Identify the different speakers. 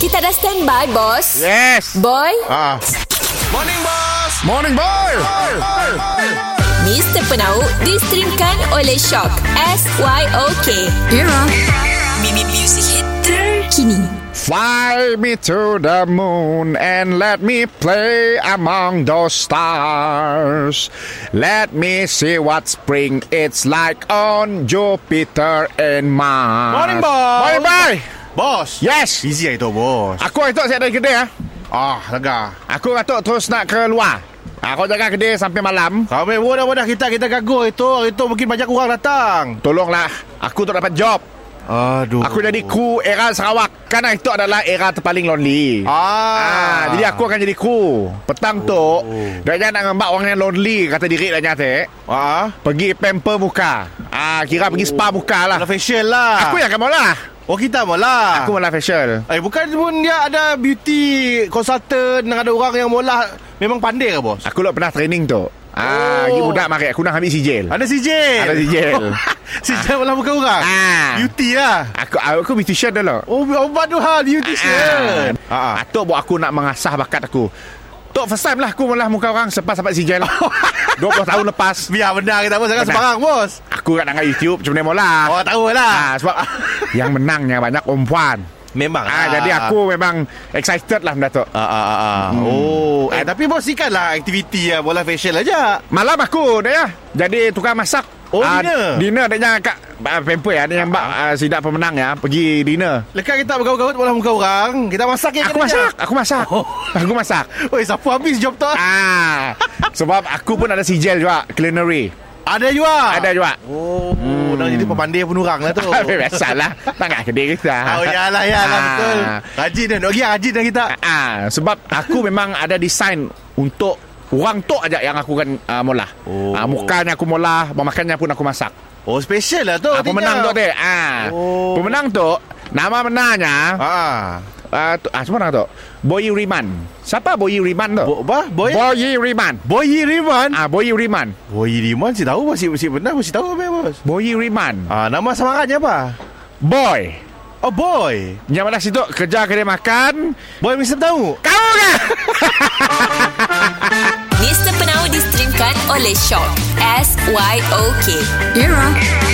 Speaker 1: Kita dah standby, bos.
Speaker 2: Ya. Yes.
Speaker 1: Boy,
Speaker 2: Ah.
Speaker 3: Morning Boss
Speaker 2: Morning boy.
Speaker 1: Mr. Penau distrimkan oleh Shock. S-Y-O-K. Era. Mimi Music Hit terkini.
Speaker 2: Fly me to the moon and let me play among those stars. Let me see what spring it's like on Jupiter and Mars.
Speaker 3: Ah. Morning boss
Speaker 2: Morning boy.
Speaker 3: Boss
Speaker 2: Yes.
Speaker 3: Busy hari tu bos
Speaker 2: Aku atuk saya dari kedai ah.
Speaker 3: Ah lega
Speaker 2: Aku atuk terus nak keluar. Aku jaga kedai sampai malam.
Speaker 3: Kami pun dah dah kita kita gaguh itu hari tu mungkin banyak orang datang.
Speaker 2: Tolonglah Aku tak dapat job
Speaker 3: Aduh.
Speaker 2: Aku jadi kru era Sarawak Kan itu adalah era terpaling lonely
Speaker 3: Ah. Oh.
Speaker 2: Ah, jadi aku akan jadi kru Petang tu Danya nak ngembak orang yang lonely Kata diri danya teh
Speaker 3: ah
Speaker 2: Pergi pamper muka Ah, Kira pergi spa muka lah
Speaker 3: Lah facial lah.
Speaker 2: Aku yang akan maulah
Speaker 3: Oh kita mula.
Speaker 2: Aku maulah facial
Speaker 3: Eh bukan pun dia ada beauty consultant dengan ada orang yang mula memang pandai ke bos?
Speaker 2: Aku lah pernah training tu Ah,
Speaker 3: Oh.
Speaker 2: pergi budak mari aku nak ambil sijil.
Speaker 3: Ada Oh, CJ.
Speaker 2: Ada sijil.
Speaker 3: CJ mula bukan orang.
Speaker 2: Ah.
Speaker 3: Beauty lah.
Speaker 2: aku ah, aku beautician dulu.
Speaker 3: Oh, obat tu hal beautician.
Speaker 2: Ah. Ah. Atuk buat aku nak mengasah bakat aku. Tok first time lah aku malah muka orang sepas sampai sijil. 20 tahun lepas
Speaker 3: Biar benda kita bos, jangan
Speaker 2: Benar.
Speaker 3: sembarang bos.
Speaker 2: aku kat dengan YouTube macam mana mula.
Speaker 3: Oh, tahu lah.
Speaker 2: Ah, sebab yang menangnya banyak perempuan.
Speaker 3: Memang.
Speaker 2: Ah, jadi aku memang excited lah benda tu.
Speaker 3: Ah, ah, ah, ah. Oh, eh, tapi bos ikanlah aktiviti ya, bola facial aja.
Speaker 2: Malam aku dia ya, jadi tukang masak.
Speaker 3: Oh,
Speaker 2: Ah,
Speaker 3: dinner.
Speaker 2: Dinner dia yang kat ah, pemper ya, dia yang bak ah, sidak pemenang ya pergi dinner.
Speaker 3: Lekat kita bergaut-gaut bola muka orang, kita masak ya
Speaker 2: Aku masak, aku masak.
Speaker 3: Oh.
Speaker 2: Aku masak.
Speaker 3: Oi, siapa habis job tu?
Speaker 2: Ah, sebab aku pun ada sijil juga culinary.
Speaker 3: Ada juga.
Speaker 2: Ada juga.
Speaker 3: Oh, hmm. dah jadi pepandai pun orang lah tu.
Speaker 2: Biasalah Tangan kedai kita
Speaker 3: Oh, ya lah, ya lah,
Speaker 2: Ah.
Speaker 3: betul. Rajin dah, nak pergi rajin dah kita.
Speaker 2: Ah, sebab aku memang ada design untuk orang tok aja yang aku kan uh, molah.
Speaker 3: Oh.
Speaker 2: Ah, mukanya aku molah, makannya pun aku masak.
Speaker 3: Oh, special lah tu.
Speaker 2: ah, pemenang tu dia. Ah.
Speaker 3: Oh.
Speaker 2: Pemenang tu nama menanya
Speaker 3: Ah.
Speaker 2: ah, tu, ah siapa nama tu? Boyi Riman. Siapa Boyi Riman tu?
Speaker 3: Bo, bah, boy.
Speaker 2: Boyi Riman.
Speaker 3: boy Riman.
Speaker 2: Ah, Boyi Riman.
Speaker 3: Boy Riman si tahu masih masih benar masih tahu apa bos.
Speaker 2: Boyi Riman.
Speaker 3: Ah, nama samarannya apa?
Speaker 2: Boy.
Speaker 3: Oh, boy.
Speaker 2: Yang mana situ kerja kedai makan.
Speaker 3: Boy mesti tahu.
Speaker 2: Kamu kan?
Speaker 1: Mr. Penau distrimkan oleh Shock. S-Y-O-K. Era.